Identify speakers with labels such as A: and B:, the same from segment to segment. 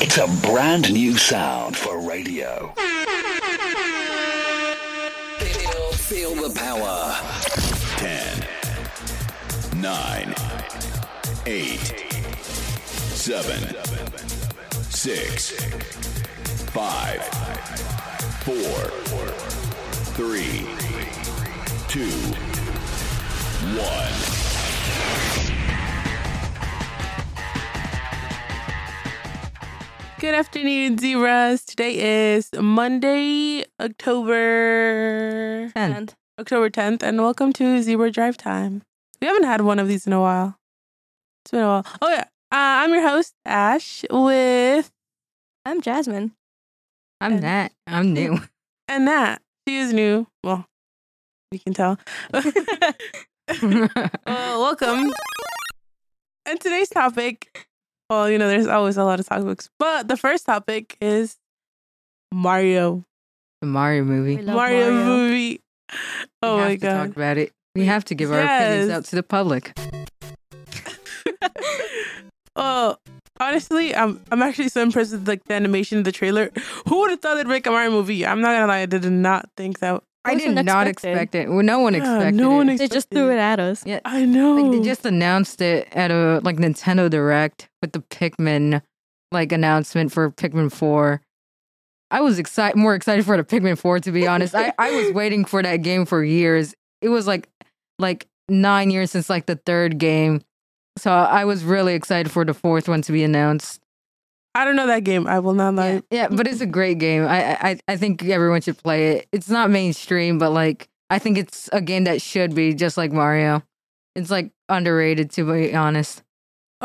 A: It's a brand new sound for radio.
B: Feel, feel the power.
C: 10, 9, 8, 7, 6, 5, 4, 3, 2, 1.
D: Good afternoon, zebras. Today is Monday, October
E: Tenth.
D: October 10th, and welcome to Zebra Drive Time. We haven't had one of these in a while. It's been a while. Oh yeah, uh, I'm your host Ash with
E: I'm Jasmine.
D: Ten.
E: I'm Nat. I'm new.
D: Annette. She is new. Well, you can tell. well, welcome. And today's topic. Well, you know, there's always a lot of topics, but the first topic is Mario.
E: the Mario movie.
F: We
E: We
F: love
D: Mario,
F: Mario.
D: movie. Oh
E: have
D: my
E: to talk
D: god.
E: about it. We have to give our opinions
D: Yes.
E: out to the public.
D: Oh, honestly, I'm I'm actually so impressed with like the animation of the trailer. Who would have thought they'd make a Mario movie? I'm not gonna lie, I did not think that.
E: I
F: wasn't
E: did not
F: expected.
E: expect it. Well, no one
D: Yeah,
E: expected
D: no one
E: it.
D: ex-
F: They just threw it at us.
E: yeah,
D: I know.
E: like they just announced it at a like Nintendo Direct with the Pikmin like announcement for Pikmin Four. I was excited, more excited for the Pikmin Four to be honest. I, I was waiting for that game for years. It was like like nine years since like the third game, so I was really excited for the fourth one to be announced.
D: I don't know that game. I will not lie.
E: Yeah, yeah, but it's a great game. I, I- I I think everyone should play it. It's not mainstream, but like I think it's a game that should be just like Mario. It's like underrated to be honest.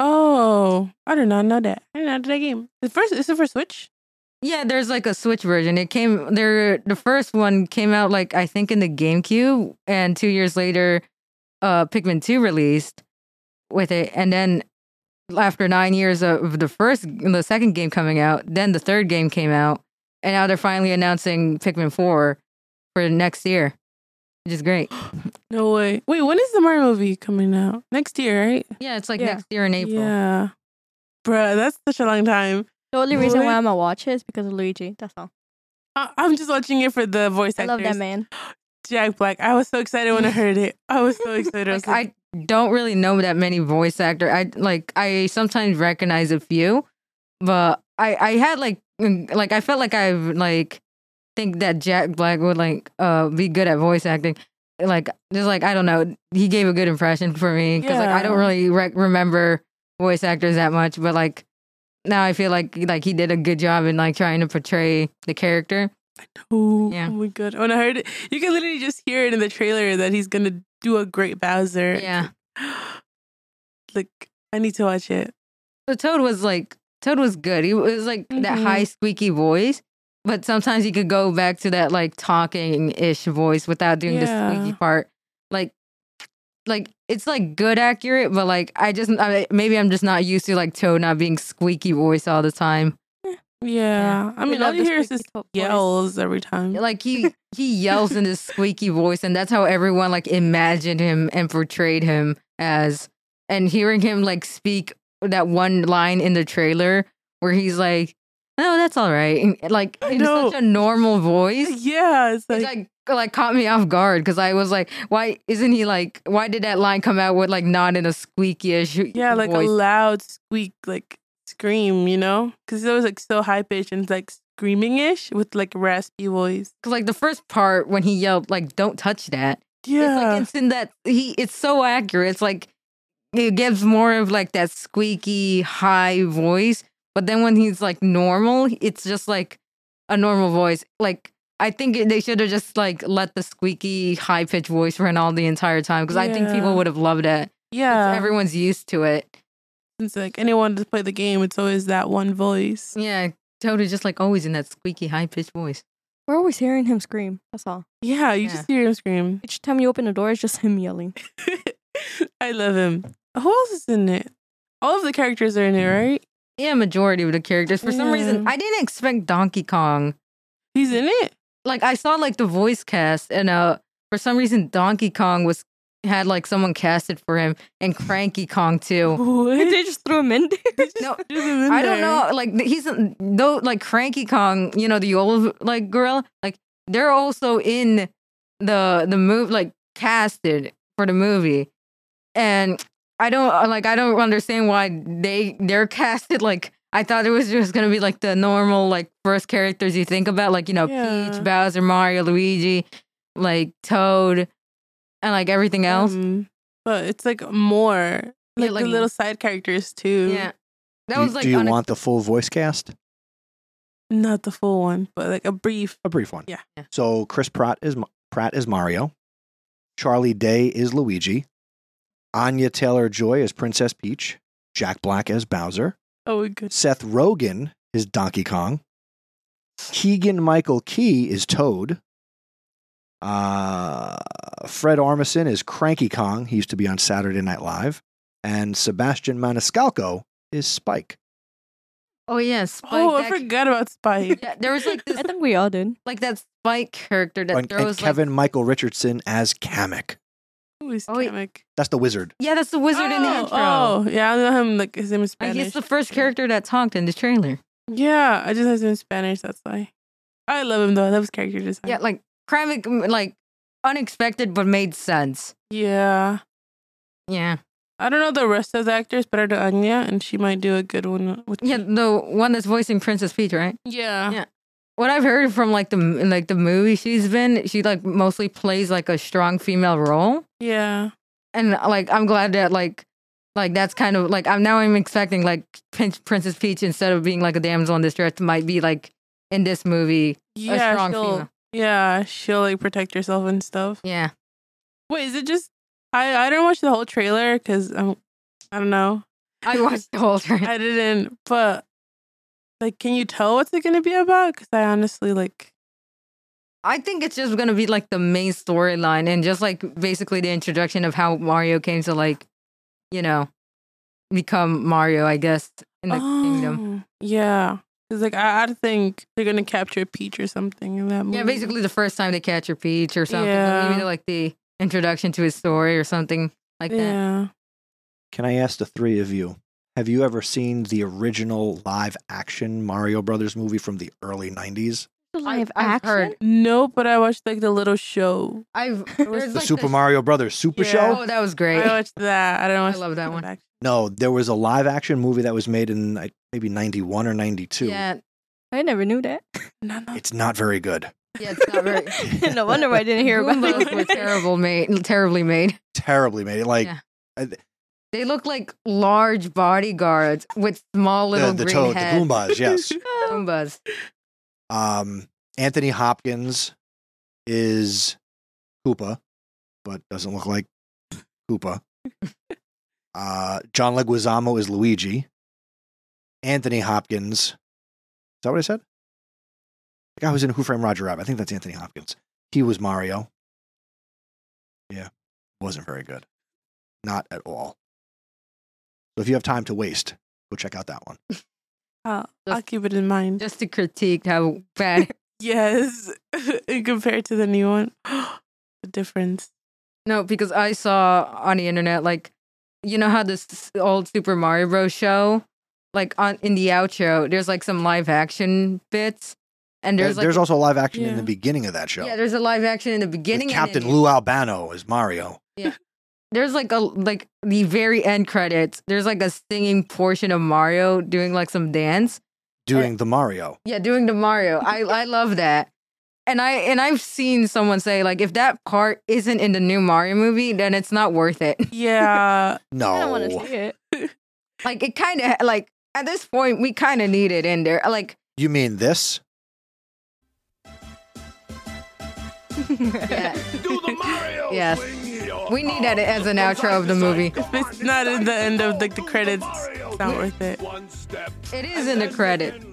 D: Oh, I did not know that. I did not know that game. The first is it for Switch?
E: Yeah, there's like a Switch version. It came there. The first one came out like I think in the GameCube, and two years later, uh, Pikmin Two released with it, and then after nine years of the first, the second game coming out, then the third game came out, and now they're finally announcing Pikmin Four for next year, which is great.
D: No way. Wait, when is the Mario movie coming out? Next year, right?
E: Yeah, it's like
F: Yeah.
E: next year in April.
D: Yeah. Bruh, that's such a long time.
F: The only reason
D: What?
F: why I'm gonna watch it is because of Luigi. That's all.
D: I- I'm just watching it for the voice
F: I
D: actors.
F: love that man.
D: Jack Black. I was so excited when I heard it. I was so excited. I was
E: Like,
D: like,
E: I don't really know that many voice actor. I like I sometimes recognize a few, but I I had like mm, like I felt like I've like think that Jack Black would like uh be good at voice acting. Like just like I don't know, he gave a good impression for me because like I don't
D: Yeah.
E: really rec- remember voice actors that much, but like now I feel like like he did a good job in like trying to portray the character.
D: Ooh,
E: Yeah.
D: Oh my god! When I heard it, you can literally just hear it in the trailer that he's gonna do a great Bowser.
E: Yeah.
D: Look, I need to watch it.
E: But Toad was like Toad was good. He was like that
D: Mhm.
E: high squeaky voice, but sometimes he could go back to that like talking ish voice without doing the
D: Yeah.
E: squeaky part. Like, like it's like good accurate, but like I just I, maybe I'm just not used to like Toad not being squeaky voice all the time.
D: Yeah. I
F: We
D: mean, all
F: love
D: you
F: the
D: hear is
F: squeaky
D: this
F: top voice.
D: yells every time.
E: Like he he yells in this squeaky voice, and that's how everyone like imagined him and portrayed him as. And hearing him like speak that one line in the trailer where he's like, "No, that's all right," and, like
D: I
E: in
D: know.
E: such a normal voice, it's
D: yeah, it's like,
E: like like caught me off guard because I was like, "Why isn't he like? Why did that line come out with like not in a squeakyish
D: yeah, like
E: voice?
D: a loud squeak, like scream, you know? Because it was like so high pitched and like screaming ish with like raspy voice.
E: 'Cause, like the first part when he yelled like, "Don't touch that." It's
D: Yeah,
E: like it's in that he it's so accurate. It's like it gives more of like that squeaky high voice, but then when he's like normal, it's just like a normal voice. Like I think it- they should have just like let the squeaky high pitched voice run all the entire time because I think
D: Yeah.
E: people would have loved it. 'Cause
D: yeah.
E: Everyone's used to it.
D: it's like anyone to play the game, it's always that one voice.
E: Yeah, Toad is just like always in that squeaky high pitched voice.
F: We're always hearing him scream. That's all.
D: Yeah, you
E: Yeah.
D: just hear him scream.
F: Each time you open the door, it's just him yelling.
D: I love him. Who else is in it? All of the characters are in it,
E: Mm.
D: right?
E: Yeah, majority of the characters. For some reason,
D: Yeah.
E: I didn't expect Donkey Kong
D: He's in it.
E: like I saw like the voice cast and uh for some reason Donkey Kong was had like someone cast it for him and Cranky Kong too.
F: they just threw him in there.
E: No,
D: in
E: I don't
D: there.
E: know. Like th- he's though, like Cranky Kong, you know the old like gorilla. Like they're also in the the move, like casted for the movie, and I don't uh, like I don't understand why they they're casted. Like I thought it was just gonna be like the normal like first characters you think about, like you know
D: Yeah.
E: Peach, Bowser, Mario, Luigi, like Toad, and like everything else.
D: Um, but it's like more
E: Yeah,
D: like,
E: like-
D: the little side characters too.
E: Yeah, that
G: do, you-
E: was like
G: do you
E: unex-
G: want the full voice cast?
D: Not the full one, but like a brief.
G: A brief one.
D: Yeah.
E: Yeah.
G: So Chris Pratt is Ma- Pratt is Mario. Charlie Day is Luigi. Anya Taylor Joy is Princess Peach. Jack Black as Bowser.
D: Oh, my goodness.
G: Seth Rogen is Donkey Kong. Keegan Michael Key is Toad. Uh, Fred Armisen is Cranky Kong. He used to be on Saturday Night Live. And Sebastian Maniscalco is Spike.
E: Oh yeah, Spike.
D: Oh, I
E: that-
D: forgot about Spike.
E: Yeah, there was like this
F: I think we all did.
E: like that Spike character that
G: and, and
E: throws like,
G: Kevin Michael Richardson as Kamek.
D: Who is
E: Oh, wait.
D: Kamek?
G: That's the wizard.
E: yeah, that's the wizard in the
D: Oh,
E: intro.
D: Oh, yeah, I know him. Like his name is
E: Like,
D: Spanish.
E: he's the first character that's honked in the trailer.
D: Yeah, I just have him in Spanish. That's why. I love him though. I love his character design.
E: Yeah, like Kravik, like unexpected but made sense.
D: yeah.
E: Yeah,
D: I don't know the rest of the actors, but I know Anya, and she might do a good one with.
E: yeah, the one that's voicing Princess Peach, right?
D: Yeah.
E: Yeah. What I've heard from like the like the movie she's been, she like mostly plays like a strong female role,
D: Yeah.
E: and like I'm glad that like like that's kind of like I'm now I'm expecting like Prin- Princess Peach instead of being like a damsel in distress might be like in this movie
D: Yeah.
E: a strong
D: she'll,
E: female.
D: Yeah, she'll like protect herself and stuff.
E: Yeah.
D: Wait, is it just I? I didn't watch the whole trailer because I'm. I don't know.
E: I watched the whole thing.
D: I didn't. But like, can you tell what's it gonna be about? Because I honestly like.
E: I think it's just gonna be like the main storyline and just like basically the introduction of how Mario came to like, you know, become Mario, I guess, in the kingdom.
D: Oh, Yeah. Cause like I, I think they're gonna capture Peach or something in that movie.
E: Yeah, basically the first time they catch your Peach or something.
D: Oh. Yeah.
E: Or maybe like the introduction to his story or something like that.
D: yeah.
G: Can I ask the three of you? Have you ever seen the original live action Mario Brothers movie from the early 90s?
F: Live
E: I've
F: action.
E: heard-
D: No, but I watched like the little show.
E: I've
G: The
E: there's, like,
G: Super
E: the-
G: Mario Brothers Super
D: Yeah.
G: Show?
E: Oh, that was great.
D: I watched that. I don't watch
E: love that
D: the
E: one.
D: live action.
G: No, there was a live action movie that was made in like, maybe 91 or 92.
E: Yeah,
F: I never knew that.
D: No, no.
G: It's not very good.
E: yeah, it's not very.
F: no wonder why I didn't hear about
E: Goombas were
F: it.
E: terrible made, terribly made.
G: Terribly made. Like
E: Yeah.
G: I- the,
E: They look like large bodyguards with small little
G: the
E: green
G: toad, the
E: heads.
G: Goombas, yes.
E: Goombas.
G: um, Anthony Hopkins is Koopa, but doesn't look like Koopa. uh, John Leguizamo is Luigi. Anthony Hopkins. Is that what I said? The guy who's in Who Framed Roger Rabbit. I think that's Anthony Hopkins. He was Mario. Yeah, wasn't very good. Not at all. So if you have time to waste, go check out that one.
D: I'll,
E: Just-
D: I'll keep it in mind.
E: just to critique how bad.
D: yes, compared to the new one, the difference.
E: no, because I saw on the internet like, you know how this old Super Mario Bros. show, like on in the outro, there's like some live action bits, and
G: There-
E: there's
G: There's,
E: like
G: also live action in
D: Yeah.
G: the beginning of that show.
E: yeah, there's a live action in the
G: with
E: beginning. and
G: Captain
E: in-
G: Lou Albano as Mario.
E: There's like a like the very end credits. There's like a singing portion of Mario doing like some dance.
G: doing the Mario.
E: Yeah, doing the Mario. I I love that. And I and I've seen someone say like if that part isn't in the new Mario movie, then it's not worth it.
D: Yeah,
F: I don't want to
G: No,
F: see it.
E: Like it kind of like at this point we kind of need it in there. Like
G: you mean this?
E: yeah,
C: Do the Mario.
E: Yes. we need that as an outro of the movie.
D: if it's not at the end of like the credits, it's not worth it.
C: One step.
E: It is in the credit.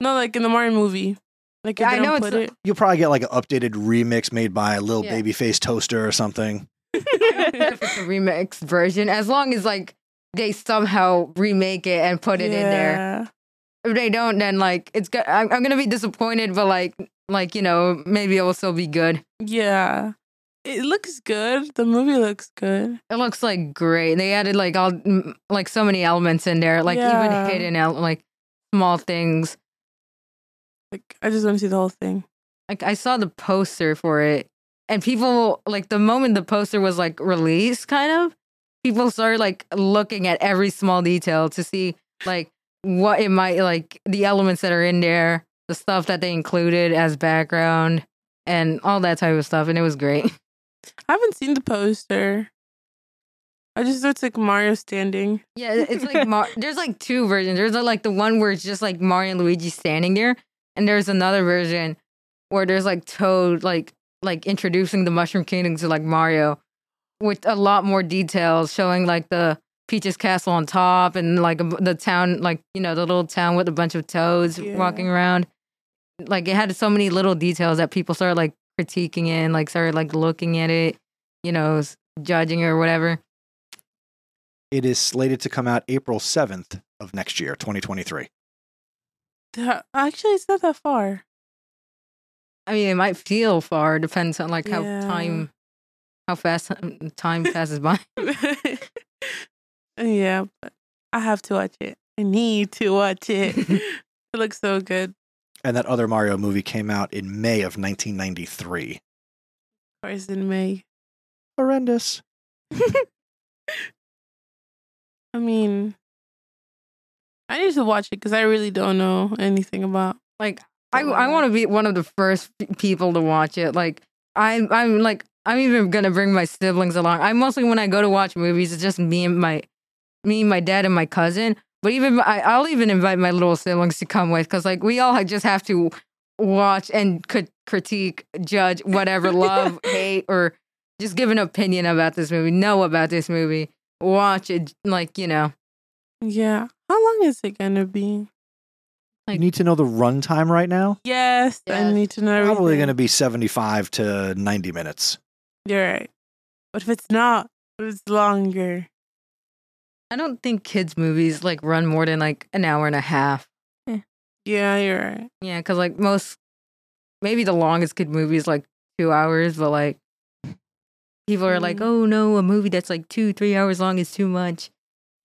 D: No, like in the Mario movie, like if
E: Yeah,
D: they
E: I know
D: don't
E: it's
D: put it.
G: You'll probably get like an updated remix made by Lil
E: Yeah.
G: Babyface Toaster or something.
E: If it's a remix version, as long as like they somehow remake it and put it in there. If they don't, then like it's go- I'm, I'm gonna be disappointed, but like like you know maybe it will still be good.
D: Yeah. it looks good. The movie looks good.
E: It looks like great. They added like all mm, like so many elements in there, like
D: Yeah.
E: even hidden el- like small things.
D: Like I just want to see the whole thing.
E: Like I saw the poster for it, and people like the moment the poster was like released, kind of people started like looking at every small detail to see like what it might like the elements that are in there, the stuff that they included as background, and all that type of stuff. And it was great.
D: I haven't seen the poster. I just know it's like Mario standing.
E: Yeah, it- it's like Mar- there's like two versions. There's uh, like the one where it's just like Mario and Luigi standing there, and there's another version where there's like Toad like like introducing the Mushroom Kingdom to like Mario, with a lot more details showing like the Peach's castle on top and like a b- the town like you know the little town with a bunch of toads
D: Yeah.
E: walking around. Like it had so many little details that people started like critiquing it and like started like looking at it, you know, s- judging it or whatever.
G: It is slated to come out April 7th of next year, 2023.
D: Th- Actually, it's not that far.
E: I mean, it might feel far. Depends on like how
D: Yeah.
E: time, how fast um, time passes by.
D: yeah, but I have to watch it. I need to watch it. it looks so good.
G: And that other Mario movie came out in May of 1993.
D: Of course, in May.
G: Horrendous.
D: I mean, I need to watch it because I really don't know anything about.
E: Like I, I want to be one of the first p- people to watch it. Like I'm, I'm like I'm even gonna bring my siblings along. I mostly when I go to watch movies, it's just me and my, me, my dad, and my cousin. But even I, I'll even invite my little siblings to come with because like we all ha- just have to watch and could critique, judge, whatever, love, hate, or just give an opinion about this movie, know about this movie, watch it, like you know.
D: Yeah, how long is it gonna be?
G: You
E: Like-
G: need to know the runtime right now?
D: Yes, I
E: Yes.
D: need to know.
G: Probably
D: everything.
G: going to be 75 to 90 minutes.
D: You're right. But if it's not, if it's longer.
E: I don't think kids' movies like run more than like an hour and a half.
D: Yeah, you're right.
E: Yeah, because like most, maybe the longest kid movie is like two hours, but like people are like,
D: Mm.
E: oh no, a movie that's like two, three hours long is too much.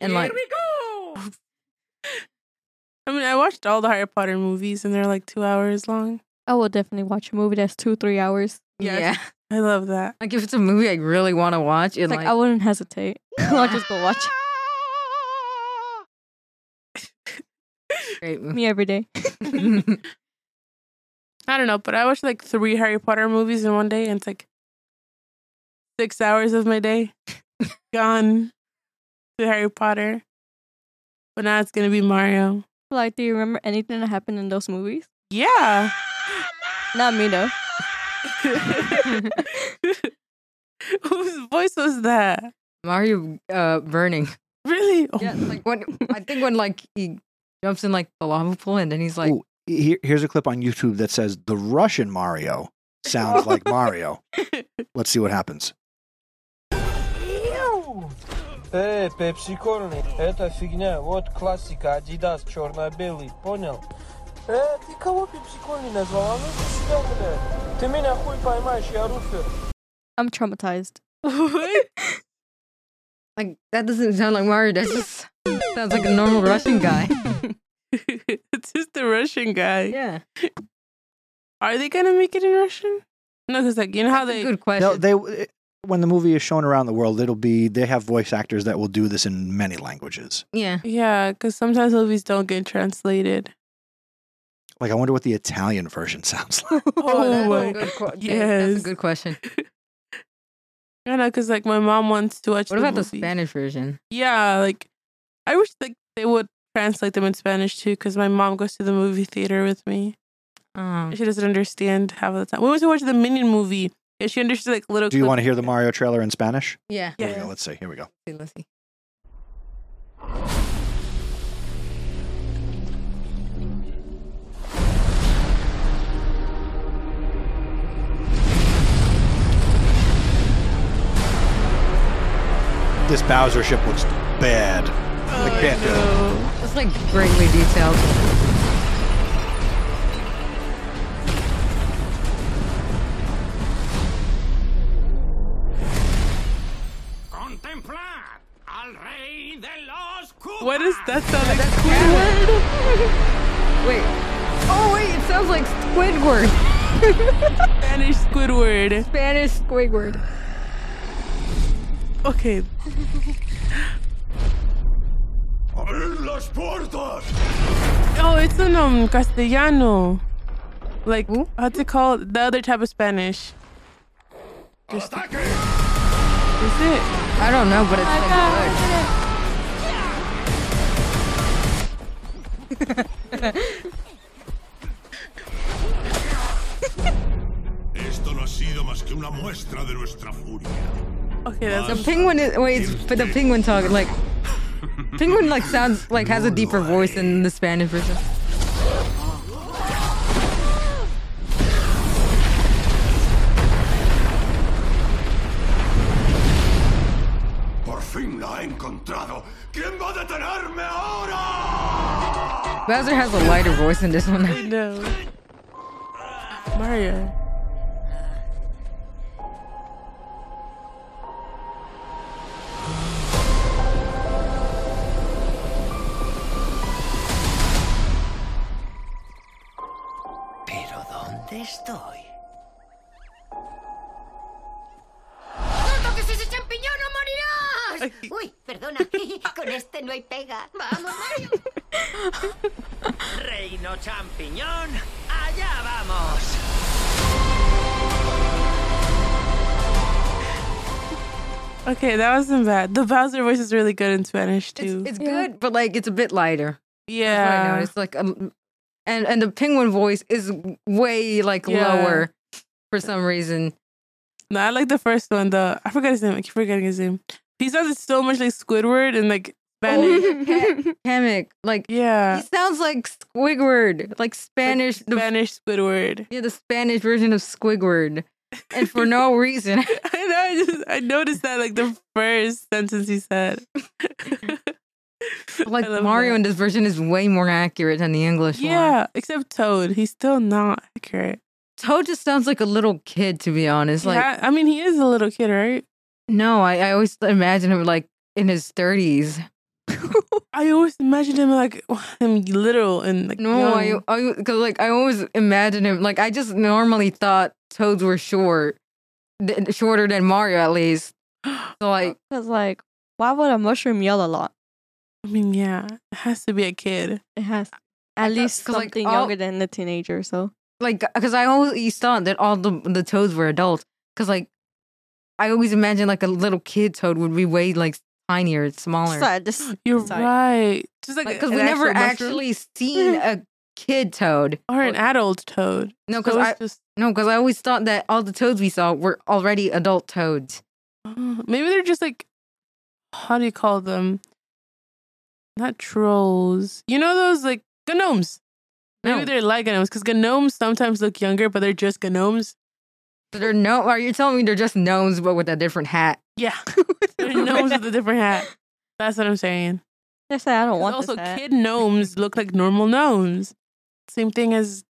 E: And like,
D: go. I mean, I watched all the Harry Potter movies, and they're like two hours long.
F: I will definitely watch a movie that's two, three hours.
D: Yes.
E: yeah,
D: I love that.
E: like if it's a movie I really want to watch, it
F: It's like,
E: like,
F: I wouldn't hesitate. I'll just go watch
E: great
F: it.
E: movie.
F: me every day.
D: I don't know, but I watched like three Harry Potter movies in one day, and it's like six hours of my day gone to Harry Potter. But now it's gonna be Mario.
F: Like, do you remember anything that happened in those movies?
D: Yeah.
F: Not me though.
D: Whose voice was that?
E: Mario uh, burning.
D: Really? Oh,
E: Yeah, like when I think when like he jumps in like the lava pool and then he's like,
G: Ooh, here, here's a clip on YouTube that says the Russian Mario sounds like Mario. Let's see what happens.
H: Эй, Э, пепсикорн, это фигня, вот классика, Adidas, черно-белый, понял? Э, ты кого пепсикорни назвал? А ну, ты сидел, блядь. Ты меня хуй поймаешь, я руфер.
F: I'm traumatized.
D: what?
E: like that doesn't sound like Mario. That just sounds like a normal Russian guy.
D: it's just the Russian guy.
E: Yeah,
D: Are they gonna make it in Russian? No, because like you know how
E: That's a
D: they
E: good question.
G: No, they when the movie is shown around the world, it'll be they have voice actors that will do this in many languages.
E: yeah,
D: yeah, because sometimes movies don't get translated.
G: Like I wonder what the Italian version sounds like.
D: Oh,
E: that's
D: my
E: a good question.
D: yes.
E: That's a good question.
D: I know, because like my mom wants to watch.
E: What about the
D: movie.
E: Spanish version?
D: Yeah, like I wish like they would translate them in Spanish too, because my mom goes to the movie theater with me.
E: Um,
D: She doesn't understand half of the time. We went to watch the Minion movie, and she understood like little.
G: Do you want to hear the Mario trailer in Spanish?
E: yeah.
G: Here we go.
D: Yeah.
G: Let's see. Here we go.
E: Let's see, let's see.
G: This Bowser ship looks bad. I can't do it.
D: Oh,
E: It's like greatly detailed.
D: That sounded like
E: Wait. Oh wait, it sounds like Squidward.
D: Spanish Squidward.
E: Spanish Squidward.
D: Okay,
C: Abrir las puertas!
D: Oh, it's in um castellano. Like
E: Ooh.
D: what's it called? The other type of Spanish.
C: Ataque!
D: Is it?
E: I don't know, but it's like good.
C: Esto no ha sido más que una muestra de nuestra furia.
D: Okay, that's
E: The penguin is wait, it's, but the penguin talk like penguin like sounds like has a deeper voice than the Spanish version.
C: Por fin la he encontrado. ¿Quién va a detenerme ahora?
E: Bowser has a lighter voice in this one.
D: no. Mario.
I: ¿Pero dónde estoy?
J: ¡Tonto que si ese champiñón no morirás! Uy, perdona. Con este no hay pega. Vamos, Mario.
I: Reino champiñón, allá vamos.
D: Okay, that wasn't bad. The Bowser voice is really good in Spanish too.
E: It's, it's good, but like it's a bit lighter. That's what I
D: yeah.
E: noticed. Like, um, and and the penguin voice is way like
D: Yeah.
E: lower for some reason.
D: No, I like the first one though. I forgot his name. I keep forgetting his name. He sounds so much like Squidward and like Spanish.
E: Hammock, like he
D: yeah.
E: sounds like Squidward, like Spanish,
D: Uh,
E: the,
D: Spanish Squidward.
E: yeah, the Spanish version of Squidward, and for no reason.
D: I know. I just I noticed that like the first sentence he said.
E: like
D: I love
E: Mario
D: that.
E: in this version is way more accurate than the English one.
D: Yeah, except Toad. He's still not accurate.
E: Toad just sounds like a little kid, to be honest.
D: He
E: Like,
D: ha- I mean, he is a little kid, right?
E: no, I, I always imagine him like in his thirties.
D: I always imagined him like him literal and like
E: No, I,
D: young.
E: I, cause like I always imagine him. Like I just normally thought toads were short, th- shorter than Mario at least. So like,
F: Because, like, why would a mushroom yell a lot?
D: I mean, yeah, it has to be a kid.
F: It has at least
E: 'cause, like,
F: something
E: all-
F: younger than a teenager, so.
E: like, cause I always thought that all the the toads were adults. Cause like, I always imagine like a little kid toad would be way like tinier, smaller.
F: Sorry, this,
D: You're
F: Sorry.
D: right. Just like
E: because
D: an
E: we never
D: actual mushroom Mm-hmm.
E: actually seen a kid toad.
D: or an adult Toad.
E: No, because
D: So
E: I
D: it's just
E: no, because I always thought that all the toads we saw were already adult toads.
D: uh, maybe they're just like how do you call them? Not trolls. You know those like gnomes. Maybe
E: No.
D: they're like gnomes because gnomes sometimes look younger, but they're just gnomes.
E: So they're no. Are you telling me they're just gnomes but with a different hat?
D: Yeah, they're gnomes with a different hat. That's what I'm saying.
F: I said I don't want
D: Also,
F: this. hat.
D: kid gnomes look like normal gnomes. Same thing as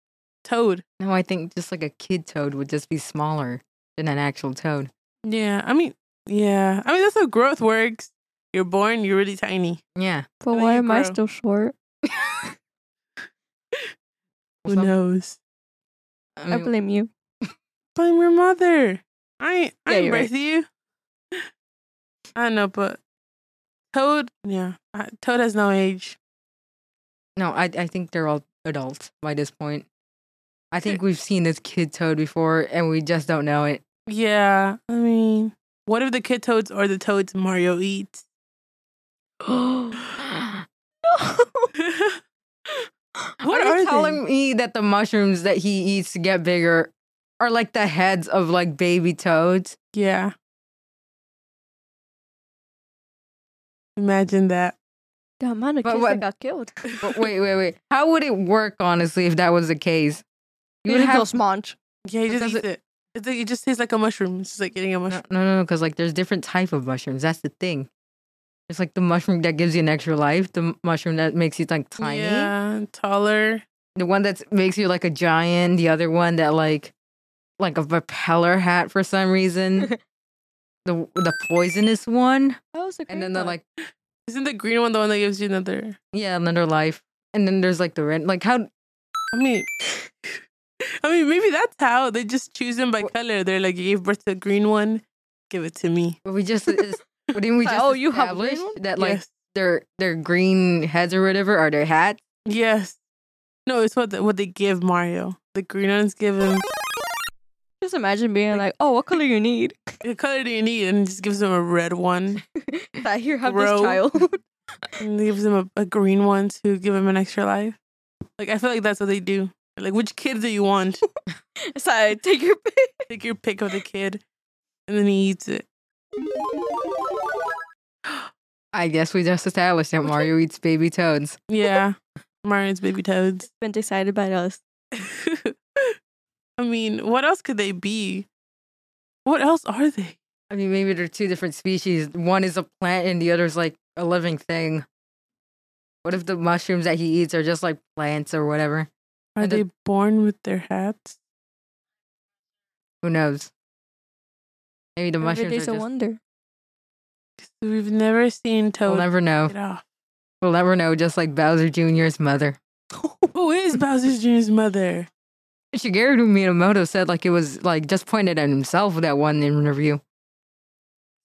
D: Toad.
E: No, I think just like a kid toad would just be smaller than an actual toad.
D: Yeah, I mean, yeah, I mean that's how growth works. You're born, you're really tiny.
E: Yeah.
F: But
D: and then
F: why
D: you
F: am I
D: grow.
F: still short?
D: Who
E: Some-
D: knows?
E: I
F: I
E: mean,
F: blame you.
D: Blame your mother. I ain't, I
F: Yeah,
D: ain't
F: you're
D: birth you. I know, but Toad, yeah, I- Toad has no age.
E: no, I I think they're all adults by this point. I think we've seen this kid toad before and we just don't know it.
D: Yeah, I mean, what if the kid Toads or the Toads Mario eats? what
E: What are
D: are
E: you
D: they?
E: telling me that the mushrooms that he eats to get bigger are like the heads of like baby toads?
D: Yeah. Imagine that.
F: The amount of
E: But
F: kids that
E: what-
F: got killed.
E: But wait, wait, wait. How would it work honestly if that was the case? You would have
F: sponge.
D: Yeah, he
E: But
D: just
E: does
D: eats it. It's like, it just tastes like a mushroom. It's just like eating a
E: No,
D: mushroom.
E: no, no, because like there's different type of mushrooms. That's the thing. It's like the mushroom that gives you an extra life, the m- mushroom that makes you like tiny,
D: Yeah, taller.
E: the one that makes you like a giant, the other one that like like a propeller hat for some reason, the the poisonous one,
F: That was a great
E: and then the
F: one.
E: like
D: Isn't the green one the one that gives you another?
E: Yeah, another life. And then there's like the rent. Like how?
D: I mean, I mean, maybe that's how they just choose them by color. They're like, you gave birth to a green one, give it to me.
E: but We just is, didn't we just
F: Oh,
E: oh,
F: you
E: you
F: have a green
E: establish
F: one?
E: that like
D: yes.
E: their their green heads or whatever are their hats?
D: Yes. No, it's what the, what they give Mario. The green ones give him
F: Just imagine being like, oh, what color you need?
D: the color do you need, and just gives him a red one.
F: That here have
D: Bro.
F: this child.
D: And gives him a, a green one to give him an extra life. Like I feel like that's what they do. Like which kid do you want?
F: so I take your pick.
D: Take your pick of the kid, and then he eats it.
E: I guess we just established that Mario eats baby toads.
D: Yeah, Mario's baby toads.
F: Been decided by us.
D: I mean, what else could they be? What else are they?
E: I mean, maybe they're two different species. One is a plant and the other is like a living thing. What if the mushrooms that he eats are just like plants or whatever?
D: Are
E: And the-
D: they born with their hats?
E: Who knows? Maybe the
F: Every
E: mushrooms are
F: day's a
E: just.
F: wonder.
D: 'Cause We've never seen
E: We'll
D: Toad
E: never know.
D: get off.
E: We'll never know. Just like Bowser Jr.'s mother.
D: Who is Bowser Jr.'s mother?
E: Shigeru Miyamoto said like it was like just pointed at himself with that one interview.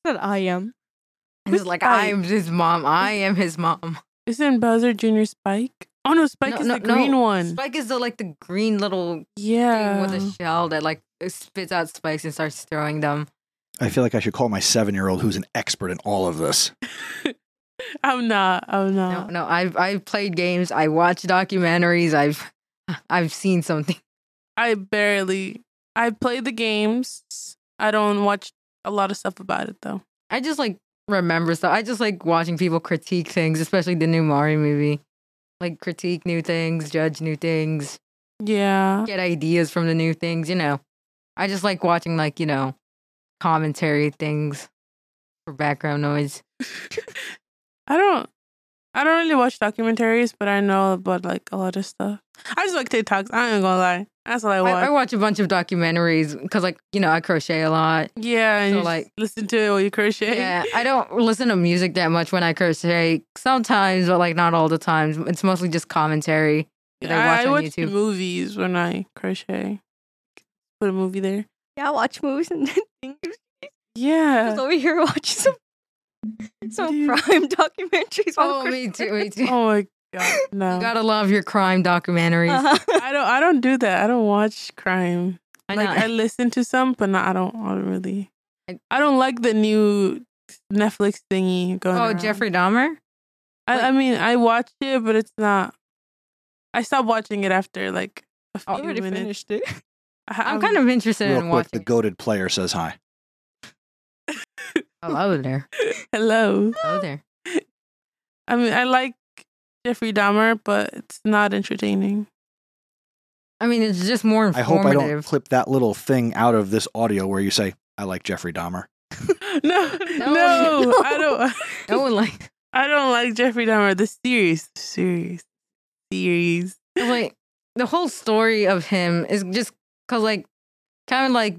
F: That I am.
E: And He's like, I am his mom. I am his mom.
D: Isn't Bowser Jr. Spike? Oh no, Spike
E: No,
D: is
E: no,
D: the green
E: no.
D: one.
E: Spike is the like the green little thing
D: yeah.
E: with a shell that like spits out spikes and starts throwing them.
G: I feel like I should call my seven year old who's an expert in all of this.
D: I'm not. I'm
E: No,
D: not.
E: no, I've I've played games. I watch documentaries. I've I've seen something.
D: I barely. I play the games. I don't watch a lot of stuff about it though.
E: I just like remember stuff. I just like watching people critique things, especially the new Mario movie. Like critique new things, judge new things,
D: Yeah.
E: get ideas from the new things, you know. I just like watching like, you know, commentary things for background noise.
D: I don't. I don't really watch documentaries, but I know about like a lot of stuff. I just like TikToks. I ain't gonna lie. That's what I watch.
E: I, I watch a bunch of documentaries because like, you know, I crochet a lot.
D: yeah, and
E: So,
D: you like
E: like-
D: listen to it while you crochet.
E: Yeah, I don't listen to music that much when I crochet. Sometimes, but like not all the times. It's mostly just commentary. that I watch
D: I,
E: on
D: watch
E: YouTube.
D: movies when I crochet. Put a movie there.
F: Yeah, I watch movies and then think just
D: Yeah.
F: over here watching some
D: Dude.
F: some crime documentaries. while
E: Oh, me
F: Christmas-
E: too, me too.
D: Oh my god,
E: You
D: no.
E: gotta love your crime documentaries.
F: Uh-huh.
D: I don't. I don't do that. I don't watch crime.
E: I know.
D: Like I listen to some, but not, I don't. I don't really.
E: I-
D: I don't like the new Netflix thingy going.
E: Oh,
G: um,
D: around.
E: Jeffrey Dahmer?
D: I,
E: Like-
D: I mean, I watched it, but it's not. I stopped watching it after like a
E: Oh,
D: few
F: I already
D: minutes.
F: finished it.
D: I,
E: I'm kind of interested
G: Real
E: in
G: quick, the
E: watching.
G: goaded player says hi.
E: oh, hello there.
D: hello.
E: Hello there.
D: I mean, I like Jeffrey Dahmer, but it's not entertaining.
E: I mean, it's just more
G: I hope
E: informative.
G: I don't clip that little thing out of this audio where you say, I like Jeffrey Dahmer.
D: No, no,
E: No.
D: I don't.
E: No one like.
D: I don't like Jeffrey Dahmer. The series, series, series.
E: like the whole story of him is just because, like, kind of like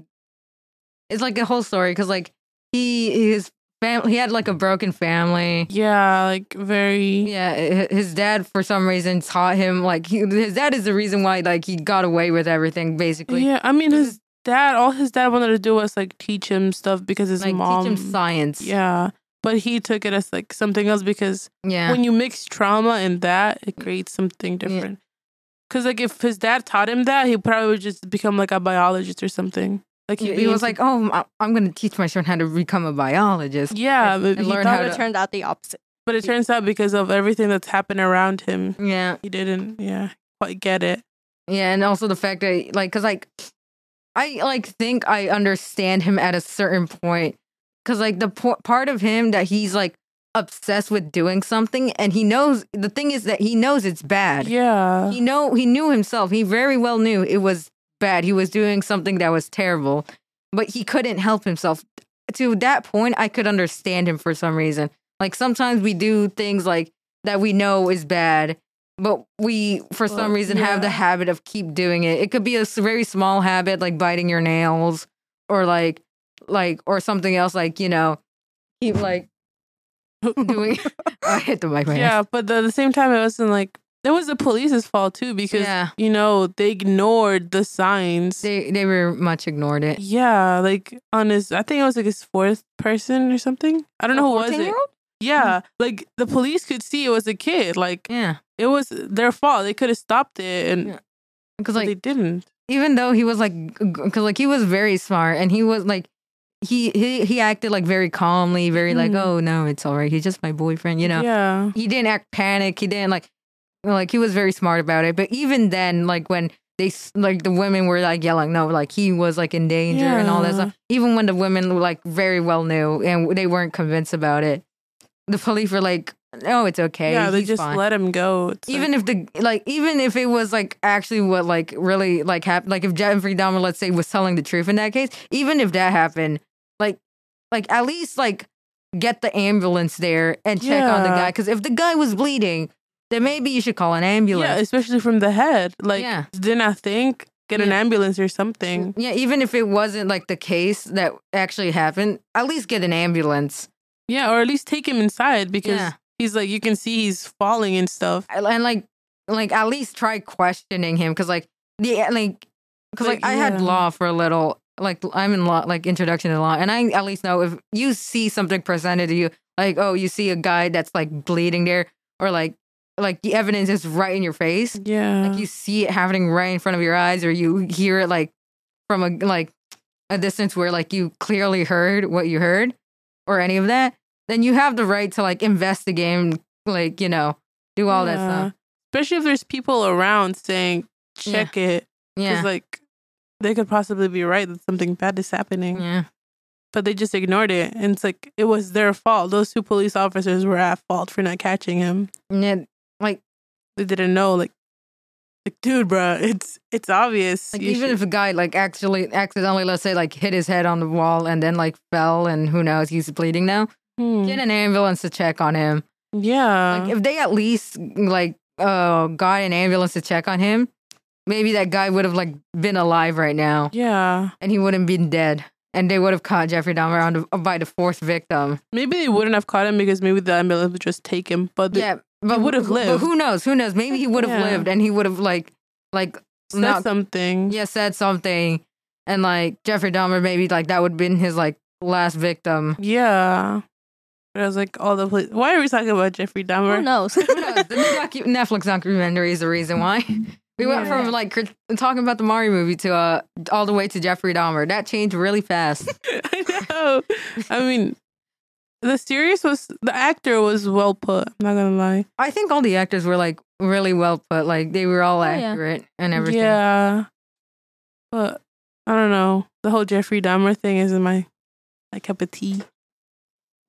E: it's like a whole story because, like, he his family he had like a broken family.
D: Yeah, like very.
E: Yeah, hi- his dad for some reason taught him like he, his dad is the reason why like he got away with everything basically.
D: Yeah, I mean
E: This
D: his dad. All his dad wanted to do was like teach him stuff because his
E: like
D: mom.
E: teach him science.
D: Yeah, but he took it as like something else because
E: yeah.
D: when you mix trauma and that, it creates something different. Because like if his dad taught him that, he probably would just become like a biologist or something. Like
E: he,
D: be
E: he was
D: into-
E: like, "Oh, I- I'm going to teach my son how to become a biologist."
D: yeah, but,
E: and
D: he
E: learn
D: thought-
E: how
F: But
E: to-
F: it turned out the opposite.
D: but it turns out because of everything that's happened around him,
E: Yeah,
D: he didn't, yeah, quite get it.
E: yeah, and also the fact that like, cause like, I like think I understand him at a certain point, cause like the po- part of him that he's like obsessed with doing something, and he knows the thing is that he knows it's bad.
D: Yeah,
E: He know he knew himself. He very well knew it was bad. He was doing something that was terrible, but he couldn't help himself. To that point, I could understand him for some reason. Like sometimes we do things like that we know is bad, but we for
D: Well,
E: some reason have the
D: yeah.
E: habit of keep doing it. It could be a s- very small habit like biting your nails or like like or something else like, you know, keep like doing. I hit the mic right
D: Yeah, but the- at the same time, it wasn't like it was the police's fault too
E: now.
D: because
E: Yeah,
D: you know they ignored the signs.
E: they they were much ignored it.
D: yeah, like on his, I think it was like his fourth person or something. I don't know who was it. Yeah,
E: Mm-hmm.
D: like the police could see it was a kid. Like
E: Yeah,
D: it was their fault. They could have stopped it, and
E: Mm. Yeah. because
D: but they
E: like
D: didn't.
E: even though he was like because like he was very smart and he was like he he he acted like very calmly very like
D: Mhm.
E: oh no it's all right he's just my boyfriend you know
D: Yeah.
E: he didn't act panic he didn't like like he was very smart about it but even then like when they s- like the women were like yelling no like he was like in danger and all that
D: Yeah.
E: stuff even when the women like very well knew and they weren't convinced about it the police were like no it's okay
D: yeah, they
E: he's
D: just
E: fine."
D: let him go. It's
E: even if the like even if it was like actually what like really like happened like if Jeffrey Dahmer let's say was telling the truth in that case even if that happened like like at least like get the ambulance there and check on the
D: Yeah.
E: guy because if the guy was bleeding then maybe you should call an
D: yeah,
E: ambulance
D: especially from the head. Like,
E: Yeah.
D: didn't I think get an
E: Yeah.
D: ambulance or something?
E: yeah even if it wasn't like the case that actually happened at least get an ambulance
D: Yeah, or at least take him inside because
E: Yeah.
D: he's like you can see he's falling and stuff.
E: and and, like like at least try questioning him because like the eh, like because
D: But,
E: like I had
D: yeah.
E: law for a little like I'm in law like introduction to law and I at least know if you see something presented to you like oh you see a guy that's like bleeding there or like like the evidence is right in your face
D: Yeah.
E: like you see it happening right in front of your eyes or you hear it like from a like a distance where like you clearly heard what you heard or any of that then you have the right to like investigate and, like you know do all that
D: Yeah.
E: stuff
D: Especially if there's people around saying
E: Yeah.
D: check it because
E: yeah
D: like they could possibly be right that something bad is happening,
E: yeah
D: but they just ignored it and it's like it was their fault. Those two police officers were at fault for not catching him.
E: And then,
D: They didn't know like. Like, dude, bruh, it's it's obvious.
E: like
D: You
E: even
D: should-
E: if a guy like actually accidentally let's say like hit his head on the wall and then like fell and who knows he's bleeding now
D: Hmm.
E: get an ambulance to check on him
D: yeah,
E: Like if they at least like uh got an ambulance to check on him, maybe that guy would have like been alive right now
D: yeah.
E: and he wouldn't been dead. And they would have caught Jeffrey Dahmer on the, by the fourth victim.
D: Maybe they wouldn't have caught him because maybe the ambulance would just take him. But the-
E: yeah, but
D: would have
E: who- But
D: lived.
E: who knows? Who knows? Maybe he would have
D: Yeah.
E: lived, and he would have like, like,
D: said
E: not-
D: something.
E: yeah, said something, and like Jeffrey Dahmer, maybe like that would have been his like last victim.
D: Yeah. But I was like, all the poli- Why are we talking about Jeffrey Dahmer?
F: Who knows?
E: Who knows? The new docu- Netflix documentary is the reason why. We went
D: Yeah.
E: from like crit- talking about the Mario movie to uh, all the way to Jeffrey Dahmer. That changed really fast.
D: I know. I mean, the series was the actor was well put. I'm not gonna lie.
E: I think all the actors were like really well put. Like they were all
F: Oh, yeah.
E: accurate and everything.
D: Yeah. But I don't know. The whole Jeffrey Dahmer thing isn't my my cup of tea.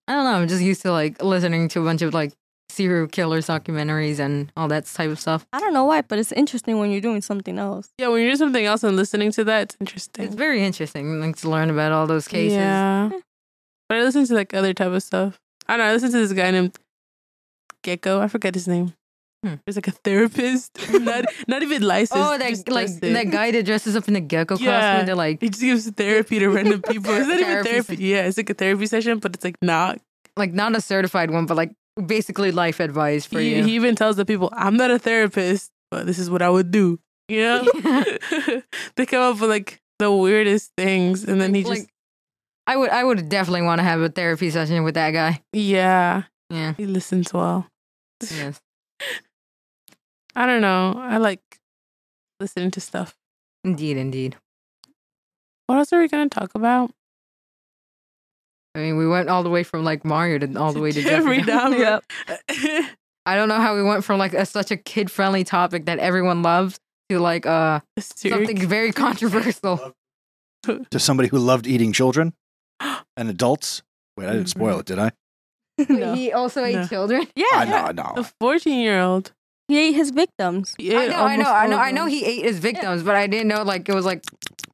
E: I don't know. I'm just used to like listening to a bunch of like serial killers documentaries and all that type of stuff.
F: I don't know why, but it's interesting when you're doing something else.
D: Yeah, when you're doing something else and listening to that, it's interesting.
E: It's very interesting like, to learn about all those cases. Hmm.
D: Yeah. But I listen to like other type of stuff. I don't know. I listen to this guy named Gecko. I forget his name.
E: Hmm.
D: He's like a therapist. not not even licensed.
E: Oh,
D: just
E: that like
D: does it.
E: that guy that dresses up in a gecko
D: Yeah.
E: costume to like
D: He just gives therapy to random people. It's not even
E: Therapy
D: therapy.
E: session.
D: Yeah, it's like a therapy session, but it's like not.
E: like not a certified one, but like basically life advice for
D: He,
E: you.
D: he even tells the people, "I'm not a therapist, but this is what I would do." You know, they come up with like the weirdest things, and then he
E: like,
D: just
E: I would I would definitely want to have a therapy session with that guy.
D: yeah,
E: Yeah.
D: he listens well.
E: Yes.
D: I don't know. I like listening to stuff.
E: Indeed, indeed.
D: What else are we gonna talk about?
E: I mean, we went all the way from like Mario to all the way to Jeffrey. Dahmer.
D: Dahmer.
E: I don't know how we went from like a, such a kid friendly topic that everyone loves to like uh
D: Serial-
E: something very controversial.
G: to somebody who loved eating children and adults. Wait, I didn't spoil it, did I?
F: No.
E: He also ate
D: No.
E: children.
F: Yeah,
G: I
F: yeah.
G: know, no.
D: The fourteen-year-old.
F: he ate his victims.
E: I know, I know, I know, I know. He ate his victims, but I didn't know like it was like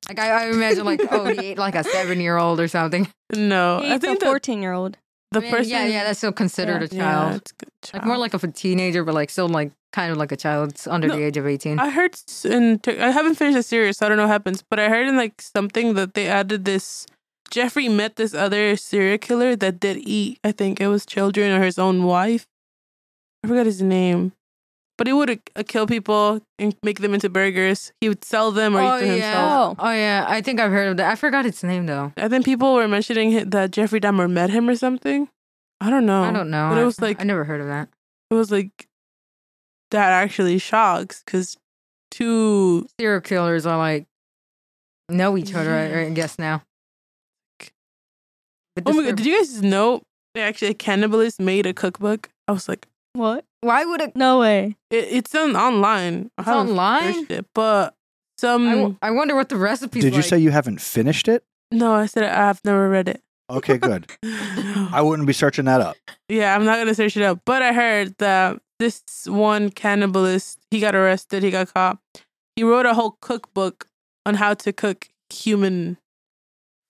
E: like I, I imagine like oh he ate like a seven year old or something.
D: oh, No,
F: He
D: I
F: ate
D: think
F: a
D: the,
F: 14 year old.
D: the
E: I mean,
D: person.
E: yeah, yeah, that's still considered a
D: Yeah,
E: child.
D: it's good
E: Like more
D: child.
E: like of a teenager, but like still like kind of like a child It's under
D: Oh. No,
E: the age of eighteen.
D: I heard s- in Tur- I haven't finished the series, so I don't know what happens. But I heard in like something that they added this Jeffrey met this other serial killer that did eat, I think it was children or his own wife. I forgot his name. But he would uh, kill people and make them into burgers. He would sell them or eat them himself.
E: yeah. Oh yeah. I think I've heard of that. I forgot its name though.
D: I think people were mentioning hi- that Jeffrey Dahmer met him or something. I don't know.
E: I don't know.
D: Oh, But it
E: I-
D: was like
E: I never heard of that.
D: it was like that actually shocks because two
E: Serial killers are like know each other, I- I,
D: Yeah.
E: guess now. But
D: Oh
E: this
D: my god!
E: ser-
D: Did you guys know they actually a cannibalist made a cookbook? I was like,
F: What?
E: why would it?
F: No way.
D: it, it's on online. I
E: It's
D: haven't
E: online?
D: searched it, but some
E: I, w- I wonder what the recipe.
G: Did you say you haven't finished it?
D: no, I said I've never read it.
G: Okay, good. I wouldn't be searching that up.
D: yeah, I'm not gonna search it up. But I heard that this one cannibalist he got arrested, he got caught. He wrote a whole cookbook on how to cook human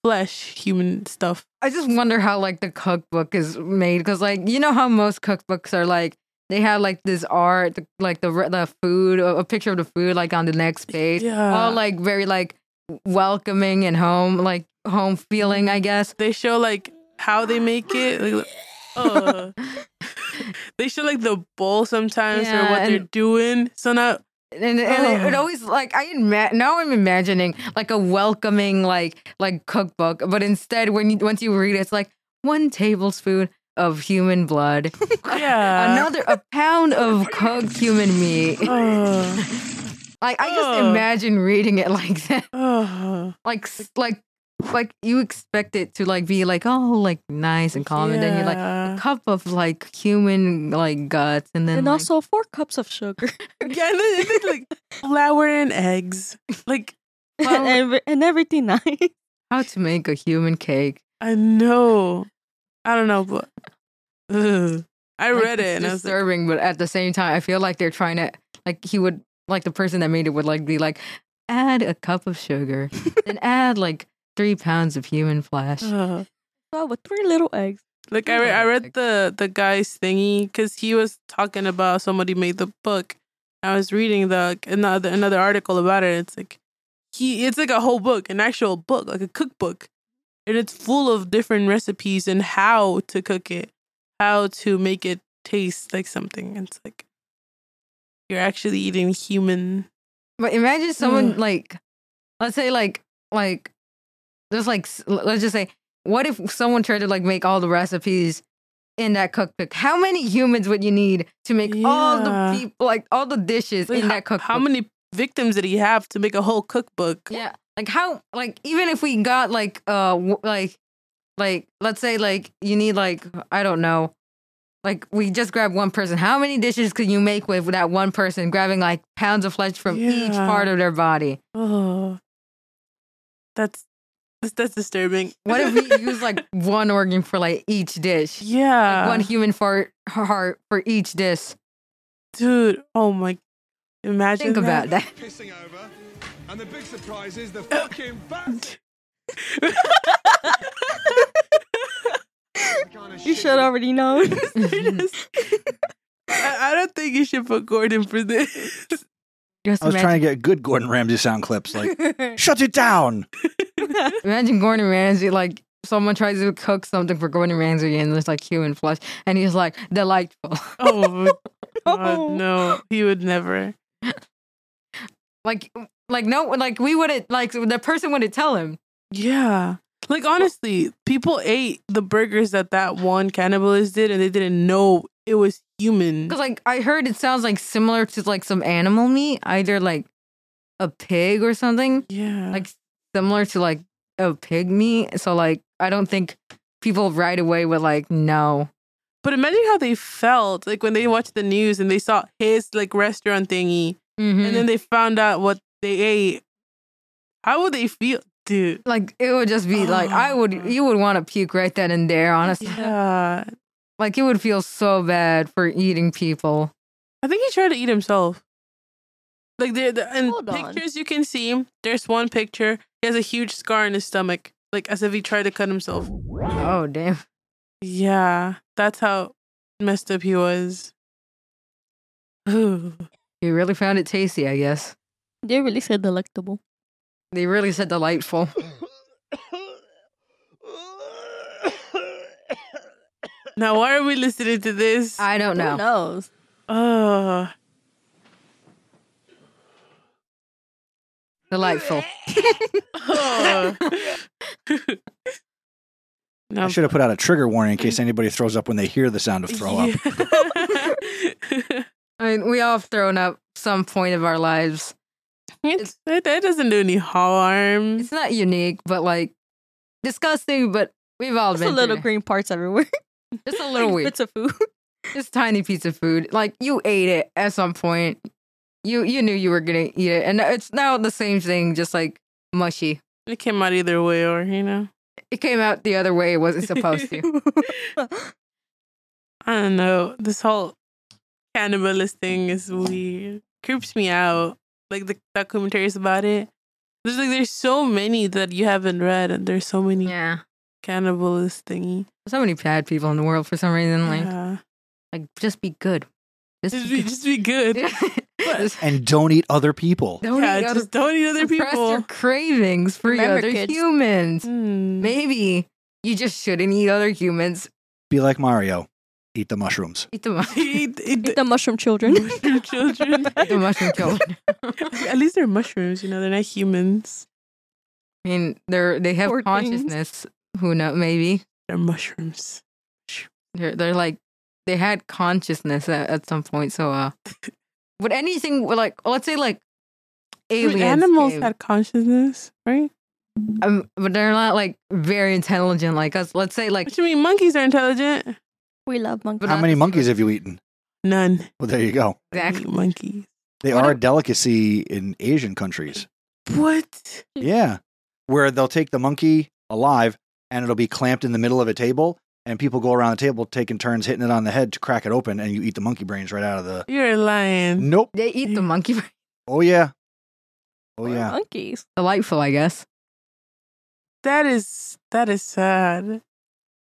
D: flesh, human stuff.
E: I just wonder how like the cookbook is made because like you know how most cookbooks are like they have like this art the, like the re- the food a a picture of the food like on the next page
D: Yeah.
E: all like very like welcoming and home like home feeling I guess
D: They show like how they make it. Like, uh, they show like the bowl sometimes
E: Yeah,
D: or what they're
E: and-
D: doing. So now
E: and, and it, it
D: Oh.
E: always like I ima- now I'm imagining like a welcoming like like cookbook, but instead when you once you read it, it's like one tablespoon of human blood,
D: yeah.
E: another a pound of cooked human meat.
D: Uh,
E: Like I just
D: Ugh.
E: imagine reading it like that,
D: uh,
E: like s- like like you expect it to like be like oh like nice and calm, and then you're like
D: yeah.
E: a cup of like human like guts, and then
F: And
E: like,
F: also four cups of sugar
D: yeah, and then it's like flour and eggs. Like
F: and, every- and everything nice.
E: how to make a human cake.
D: I know, I don't know, but ugh. I
E: Like,
D: read
E: it's
D: it and I was like,
E: disturbing, but at the same time, I feel like they're trying to like he would like the person that made it would like be like add a cup of sugar and add like three pounds of human flesh.
D: ugh.
F: Wow, with three little eggs.
D: Like I, re- I read
E: Like-
D: the the guy's thingy because he was talking about somebody made the book. I was reading the another another article about it. It's like he it's like a whole book, an actual book, like a cookbook, and it's full of different recipes and how to cook it, how to make it taste like something. And it's like you're actually eating human.
E: But imagine someone
D: Ugh.
E: like let's say like like there's like s- let's just say what if someone tried to like make all the recipes in that cookbook? How many humans would you need to make all
D: Yeah.
E: the people like all the dishes
D: Like,
E: in
D: ho-
E: that cookbook?
D: How many victims did he have to make a whole cookbook?
E: Yeah, like how, like even if we got like, uh, w- like, like let's say like you need like I don't know, like we just grab one person. How many dishes could you make with that one person grabbing like pounds of flesh from each
D: Yeah.
E: part of their body?
D: Oh, that's that's, that's disturbing.
E: What if we use like one organ for like each dish,
D: yeah,
E: one human fart heart for each dish?
D: dude? Oh my, imagine.
E: Think about that.
C: Kissing over, and the big surprise is the fucking bat.
F: You should already know.
E: Mm-hmm.
D: I, I don't think you should put Gordon for this.
E: Just
G: I was
E: imagine,
G: trying to get good Gordon Ramsay sound clips like shut it down.
E: imagine Gordon Ramsay like. Someone tries to cook something for Gordon Ramsay and there's like human flesh, and he's like delightful.
D: Oh God,
F: Oh.
D: no, he would never.
E: like like no like we wouldn't like the person wouldn't tell him
D: Yeah. Like honestly, people ate the burgers that that one cannibalist did, and they didn't know it was human.
E: because like i heard it sounds like similar to like some animal meat either like a pig or something
D: Yeah,
E: like similar to like a pig meat so like i don't think people right away would like no
D: but imagine how they felt like when they watched the news and they saw his like restaurant thingy,
E: Mhm.
D: and
F: Mm.
D: then they found out what they ate, how would they feel, dude?
E: like it would just be like i would
D: Oh.
E: you would want to puke right then and there honestly
D: Yeah,
E: like it would feel so bad for eating people
D: I think he tried to eat himself. Like there, the, in
F: Hold on.
D: pictures you can see him. There's one picture. He has a huge scar in his stomach, like as if he tried to cut himself.
E: oh damn
D: Yeah, that's how messed up he was. Ooh.
E: you really found it tasty i guess
F: they really said delectable.
E: they really said delightful
D: Now, why are we listening to this?
E: I don't
F: Who
E: know.
F: knows?
D: Oh,
E: Delightful.
D: oh.
G: I
E: Um,
D: no,
G: should have put out a trigger warning in case anybody throws up when they hear the sound of throw up.
D: Yeah.
E: I mean, we all have thrown up some point of our lives.
D: It's- that, that doesn't do any harm.
E: It's not unique, but like disgusting. But we've all
F: Just a
E: been
F: little
E: through
F: green parts everywhere.
E: that. Just a little weird.
F: Bits of food.
E: Just tiny piece of food. Like you ate it at some point. You you knew you were gonna eat it, and it's now the same thing, just like mushy.
D: It came out either way, or you know,
E: It came out the other way it wasn't supposed to.
D: I don't know. This whole cannibalist thing is weird. Creeps me out. Like the documentaries about it. There's like there's so many that you haven't read, and there's so many
E: Yeah.
D: cannibalist thingy.
E: So many bad people in the world for some reason. Like
D: Yeah.
E: like just be good. Just
D: Just
E: be
D: be,
E: good.
D: just be good.
E: Just
G: And don't eat other people.
E: don't
D: yeah,
E: eat other-
D: just don't eat other
E: suppress your
D: people.
E: cravings for
F: Remember,
E: other
F: kids.
E: humans.
D: Hmm.
E: Maybe you just shouldn't eat other humans.
G: Be like Mario. Eat the mushrooms.
E: Eat the, mu-
D: Eat- eat
F: Eat the mushroom children.
D: mushroom children.
E: eat the mushroom children.
D: At least they're mushrooms, you know, they're not humans.
E: I mean, they're they have
F: Poor things.
E: consciousness. Who knows? Maybe
D: They're mushrooms.
E: they're they're like they had consciousness at, at some point. So, uh, would anything like let's say like
D: I mean,
E: aliens?
D: Animals
E: came,
D: had consciousness, right?
E: um, but they're not like very intelligent like us. Let's say like
D: What you mean? Monkeys are intelligent?
F: we love monkeys.
E: But
G: How
E: not
G: many
E: the
G: monkeys have you eaten?
D: None.
G: Well, there you go.
E: exactly.
D: Monkeys.
G: They are a delicacy in Asian countries.
D: What?
G: Yeah. Where they'll take the monkey alive and it'll be clamped in the middle of a table and people go around the table taking turns hitting it on the head to crack it open and you eat the monkey brains right out of the
D: You're lying.
G: Nope.
E: They eat the monkey. brain.
G: Oh yeah. Oh
F: We're
G: yeah.
F: Monkeys.
E: Delightful, I guess.
D: That is that is sad.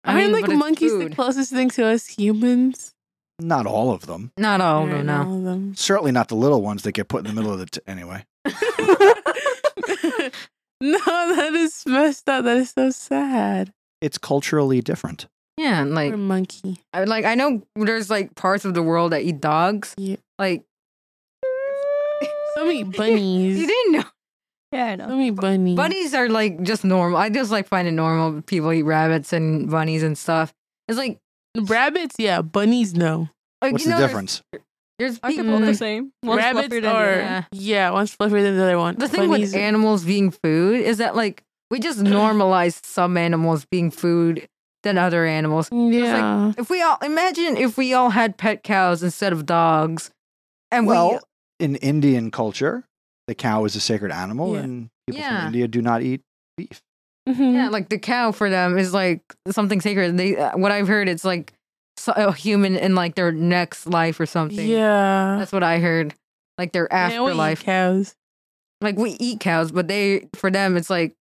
D: I, mean, like
E: but it's
D: monkeys the
E: food.
D: closest thing to us humans.
G: Not all of them.
E: Not all, Oh, no,
D: They're
E: no.
D: all of them.
G: Certainly not the little ones that get put in the middle of the t- anyway.
D: no, that is messed up. That is so sad.
G: It's culturally different.
E: Yeah, and like
D: We're monkey.
E: I like I know there's like parts of the world that eat dogs.
D: Yeah.
E: Like
D: So many
E: you
D: bunnies.
E: didn't know.
F: Yeah, I
D: So
F: know.
D: many bunnies.
E: Bunnies are like just normal. I just like find it normal. People eat rabbits and bunnies and stuff. It's like,
D: Rabbits, yeah. Bunnies, no.
E: like
G: What's
E: you know,
G: the
E: there's-
G: difference?
E: There's,
F: Aren't they
E: people.
F: both the
E: like-
F: same?
D: Rabbits
F: fluffier
D: are
F: than the other.
E: other.
D: yeah. one's fluffier than the other one.
E: the thing with
D: Bunnies-
E: animals being food is that like we just normalize some animals being food than other animals.
D: yeah,
E: If we all imagine if we all had pet cows instead of dogs, and
G: Well,
E: we
G: in Indian culture, the cow is a sacred animal
D: Yeah.
G: and people
E: Yeah.
G: from India do not eat beef.
D: Mhm.
E: Yeah, like the cow for them is like something sacred. They uh, what I've heard it's like so, a human in like their next life or something.
D: yeah.
E: that's what I heard. Like their
D: Man, we eat
E: afterlife.
D: cows.
E: Like we eat cows, but they for them it's like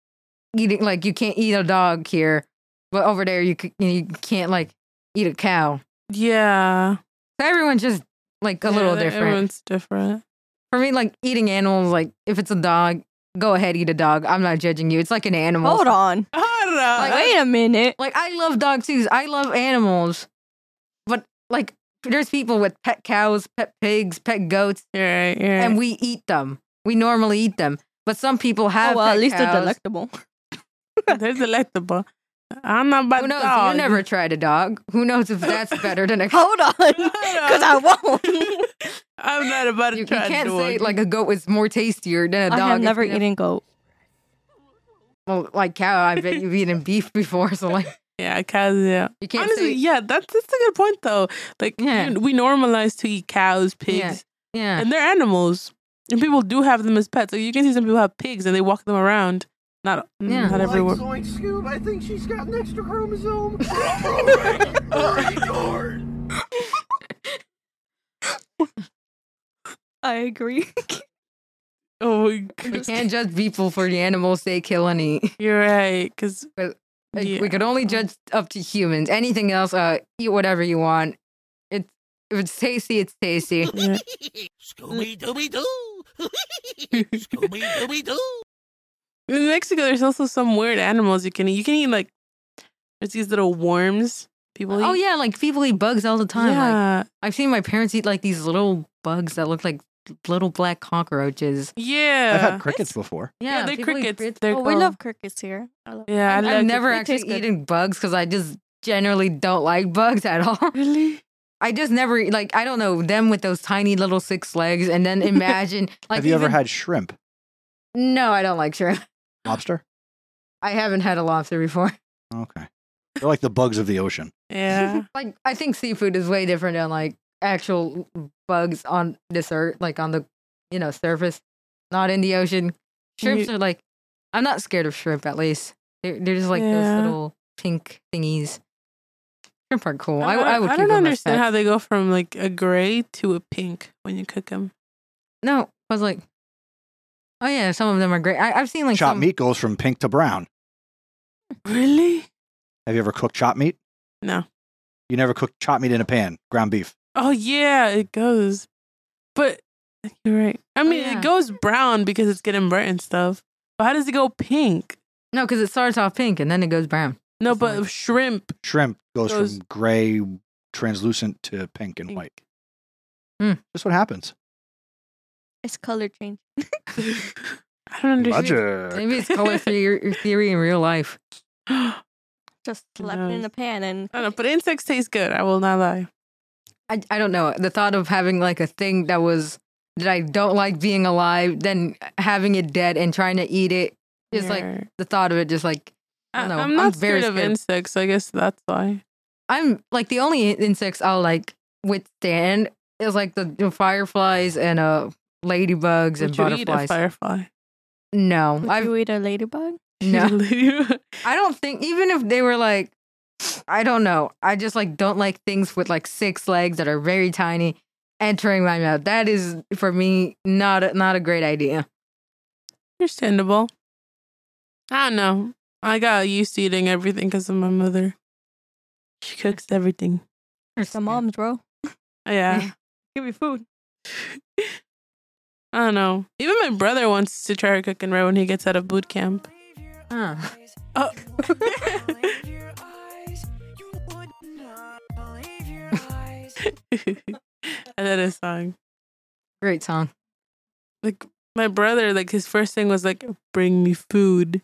E: eating. Like you can't eat a dog here, but over there you c- you can't like eat a cow.
D: Yeah,
E: So everyone's just like a
D: Yeah,
E: little
D: that-
E: different.
D: Everyone's different.
E: For me, like eating animals. Like if it's a dog, go ahead eat a dog. I'm not judging you. It's like an animal.
F: Hold on.
D: Hold on.
F: Like, wait a minute.
E: Like I love dogs too. I love animals, but like there's people with pet cows, pet pigs, pet goats,
D: You're right, you're right.
E: and we eat them. We normally eat them, but some people have.
F: Oh, well,
E: pet
F: at least they're
E: cows.
F: delectable.
D: They're delectable. I'm not about
E: Who knows?
D: dog.
E: You never tried a dog. Who knows if that's better than a cow?
F: Hold on. Because I won't.
D: I'm not about to
E: You, you
D: try
E: can't
D: dog.
E: say like a goat is more tastier than a
F: I
E: dog.
F: have never
E: If you-
F: eaten goat.
E: well, like cow. I bet you've eaten beef before, so like
D: yeah, cows. Yeah,
E: you can't
D: honestly,
E: say
D: yeah. That's that's a good point though. Like,
E: Yeah.
D: you- we normalize to eat cows, pigs,
E: Yeah. yeah.
D: and they're animals, and people do have them as pets. Like you can see some people have pigs and they walk them around. Not mm,
E: Yeah.
D: not everywhere.
H: Scoob, I think she's got an extra chromosome.
F: I agree.
D: Oh my
E: we
D: goodness.
E: can't judge people for the animals they kill and eat.
D: You're right, because
E: Like,
D: Yeah.
E: We could only judge up to humans. Anything else, uh, eat whatever you want. It's if it's tasty, it's tasty.
B: Scooby Dooby Doo! Scooby Dooby Doo!
D: in Mexico there's also some weird animals you can eat. You can eat like there's these little worms people eat.
E: Oh yeah, like people eat bugs all the time. Like,
D: Yeah.
E: I've seen my parents eat like these little bugs that look like little black cockroaches.
D: yeah.
G: I've
E: Uh,
G: had crickets before.
D: Yeah, they're
E: people eat
D: crickets.
E: crickets.
D: They're
F: Oh, we
D: cool.
F: love crickets here. I love
D: Yeah, I
F: I've
D: love
E: I've
D: crickets.
E: never
F: They
E: actually
F: taste good.
E: eaten bugs because I just generally don't like bugs at all.
D: Really?
E: I just never eat- like I don't know them with those tiny little six legs, and then imagine like
G: Have you ever
E: even-
G: had shrimp,
E: No, I don't like shrimp.
G: lobster?
E: I haven't had a lobster before.
G: Okay, they're like the bugs of the ocean.
D: Yeah.
E: Like I think seafood is way different than like actual bugs on this earth, like on the you know surface, not in the ocean. Shrimps are like I'm not scared of shrimp. At least they're they're just like
D: Yeah.
E: those little pink thingies. Shrimp are cool. I,
D: don't-
E: I would.
D: I
E: keep
D: don't
E: them as
D: understand how
E: pets.
D: they go from like a gray to a pink when you cook them.
E: No, I was like, oh yeah, some of them are great. I, I've seen like
G: chopped
E: some,
G: meat goes from pink to brown.
D: Really?
G: Have you ever cooked chopped meat?
D: No.
G: You never cooked chopped meat in a pan, ground beef.
D: Oh yeah, it goes. But you're right. I mean,
E: yeah.
D: it goes brown because it's getting burnt and stuff. But how does it go pink?
E: No, because it starts off pink and then it goes brown.
D: No,
E: It's
D: but
E: like-
D: shrimp.
G: Shrimp goes,
D: Goes-
G: from gray, translucent to pink and
D: Pink.
G: white.
E: Hmm.
G: That's what happens.
F: It's color change.
D: I don't understand.
G: Magic.
E: Maybe it's color theory, theory in real life.
F: Just slap it in
D: knows?
F: the pan and
D: I don't know, but insects taste good. I will not lie.
E: I, I don't know. The thought of having like a thing that was that I don't like being alive, then having it dead and trying to eat it, just like
D: You're-
E: the thought of it, just like I don't know.
D: I'm not
E: I'm very
D: scared of
E: scared.
D: insects. I guess that's why.
E: I'm like the only insects I'll like withstand is like the, the fireflies and uh ladybugs and
D: Would you eat a
E: butterflies.
D: firefly?
E: no,
F: would
E: I've
F: you eat a ladybug?
E: no.
D: Really?
E: I don't think even if they were like I don't know. I just like don't like things with like six legs that are very tiny entering my mouth. That is for me not a, not a great idea.
D: Understandable. I don't know. I got used to eating everything because of my mother. She cooks everything.
F: The moms, bro.
D: Yeah.
F: Give me food.
D: I don't know. Even my brother wants to try cooking right when he gets out of boot camp.
E: Huh.
D: Oh. I love this song.
E: Great song.
D: Like my brother, like his first thing was like, "Bring me food."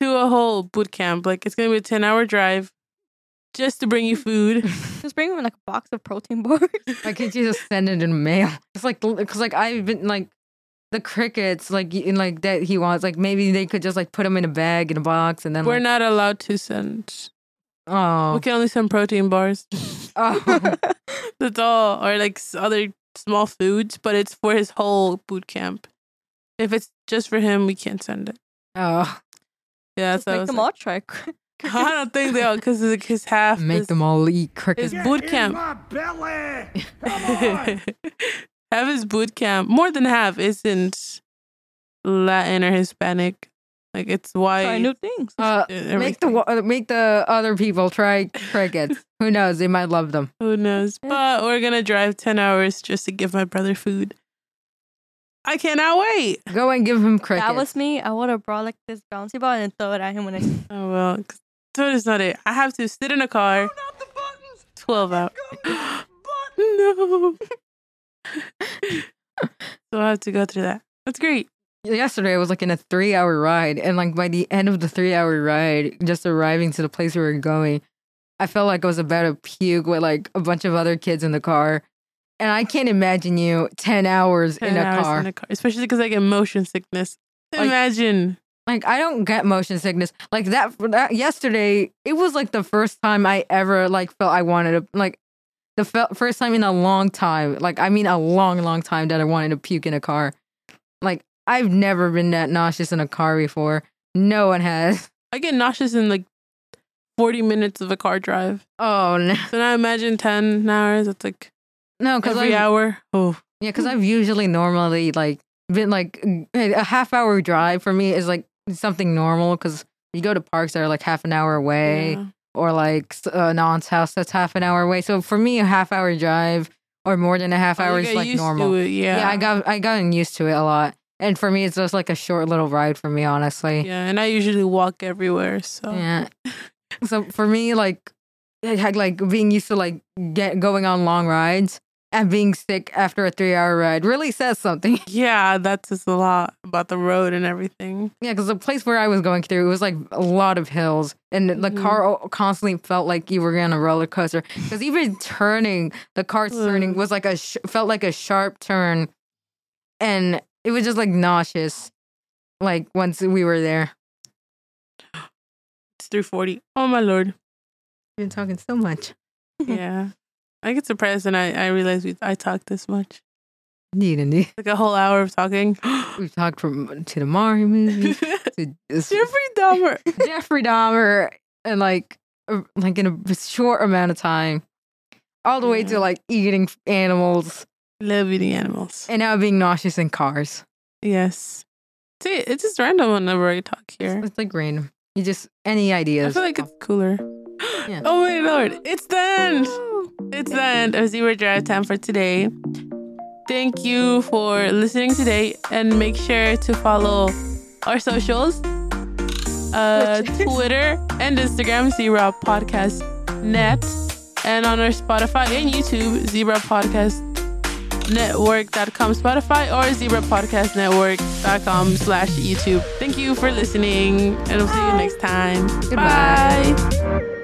D: To a whole boot camp, like it's gonna be a ten-hour drive, just to bring you food.
F: Just bring me like a box of protein bars.
E: Why can't you just send it in mail? It's like because like I've been like the crickets like y- in like that he wants like maybe they could just like put them in a bag in a box and then
D: We're
E: like,
D: not allowed to send.
E: oh
D: We can only send protein bars.
E: oh
D: That's all, or like s- other small foods, but it's for his whole boot camp. If it's just for him, we can't send it.
E: oh
D: Yeah,
F: Just
D: so I
F: make
D: was
F: them
D: like-
F: all try. cr-
D: I don't think they all because like his half
E: make
D: is,
E: them all
D: his
E: eat crickets.
D: boot camp.
C: My belly.
D: half his boot camp, more than half, isn't Latin or Hispanic. Like it's white.
F: Try new things.
E: Uh,
D: uh,
E: make the
D: everything.
E: wa- uh, make the other people try crickets. Who knows? They might love them.
D: Who knows?
F: Yeah.
D: But we're gonna drive ten hours just to give my brother food. I cannot wait.
E: Go and give him crickets.
F: That was me. I would have brought like this bouncy ball and throw it at him when I.
D: Oh well, 'cause that is not it. I have to sit in a car. Twelve out. no. so I have to go through that. That's great.
E: yesterday. I was like in a three-hour ride, and like by the end of the three-hour ride, just arriving to the place we were going, I felt like I was about to puke with like a bunch of other kids in the car. And I can't imagine you ten hours
D: 10
E: in a
D: hours
E: car.
D: in a car, especially because I get motion sickness.
E: Like-
D: Imagine.
E: Like I don't get motion sickness. Like that, that yesterday, it was like the first time I ever like felt I wanted to like the fel- first time in a long time. Like I mean a long, long time that I wanted to puke in a car. Like I've never been that nauseous in a car before. No one has.
D: I get nauseous in like 40 minutes of a car drive.
E: Oh no,
D: So now imagine 10 hours. It's like
E: no, because
D: every
E: yeah,
D: hour. Oh,
E: because I've usually normally like been like a half hour drive for me is like something normal because you go to parks that are like half an hour away.
D: yeah.
E: or like s- an aunt's house that's half an hour away. So for me, a half hour drive or more than a half
D: Oh, you
E: hour is
D: get
E: like
D: used to
E: normal.
D: it, Yeah.
E: Yeah. I got I gotten used to it a lot, and for me, it's just like a short little ride for me, honestly.
D: Yeah, and I usually walk everywhere. So
E: Yeah. So for me, like it had like being used to like get going on long rides and being sick after a three hour ride really says something.
D: Yeah, that's just a lot about the road and everything.
E: yeah, because the place where I was going through, it was like a lot of hills, and the
D: Mhm.
E: car o- constantly felt like you were on a roller coaster. Because even turning, the car turning
D: Ugh.
E: was like a sh- felt like a sharp turn, and it was just like nauseous. Like once we were there,
D: It's 340. Oh, my Lord.
E: you've been talking so much.
D: Yeah. I get surprised and I, I realize we, I talk this much.
E: Need and need.
D: Like a whole hour of talking.
E: We've talked from uh, to the Mario movie
D: Jeffrey
E: to this-
D: Dahmer.
E: Jeffrey Dahmer and like a- like in a short amount of time, all the way
D: Yeah.
E: to like eating animals
D: Love eating animals.
E: and now being nauseous in cars.
D: Yes. See, it's just random whenever I talk here.
E: It's like random. You just any
D: I
E: ideas?
D: feel like it's cooler.
E: Yeah.
D: Oh my lord, it's the end! It's the end of Zero Drive Time for today. Thank you for listening today and make sure to follow our socials uh, Twitter and Instagram, Zebra Podcast Net, and on our Spotify and YouTube, Zebra Podcast network.com spotify or zebra podcast network.com slash youtube thank you for listening and we'll see you next time
E: Goodbye.
D: bye.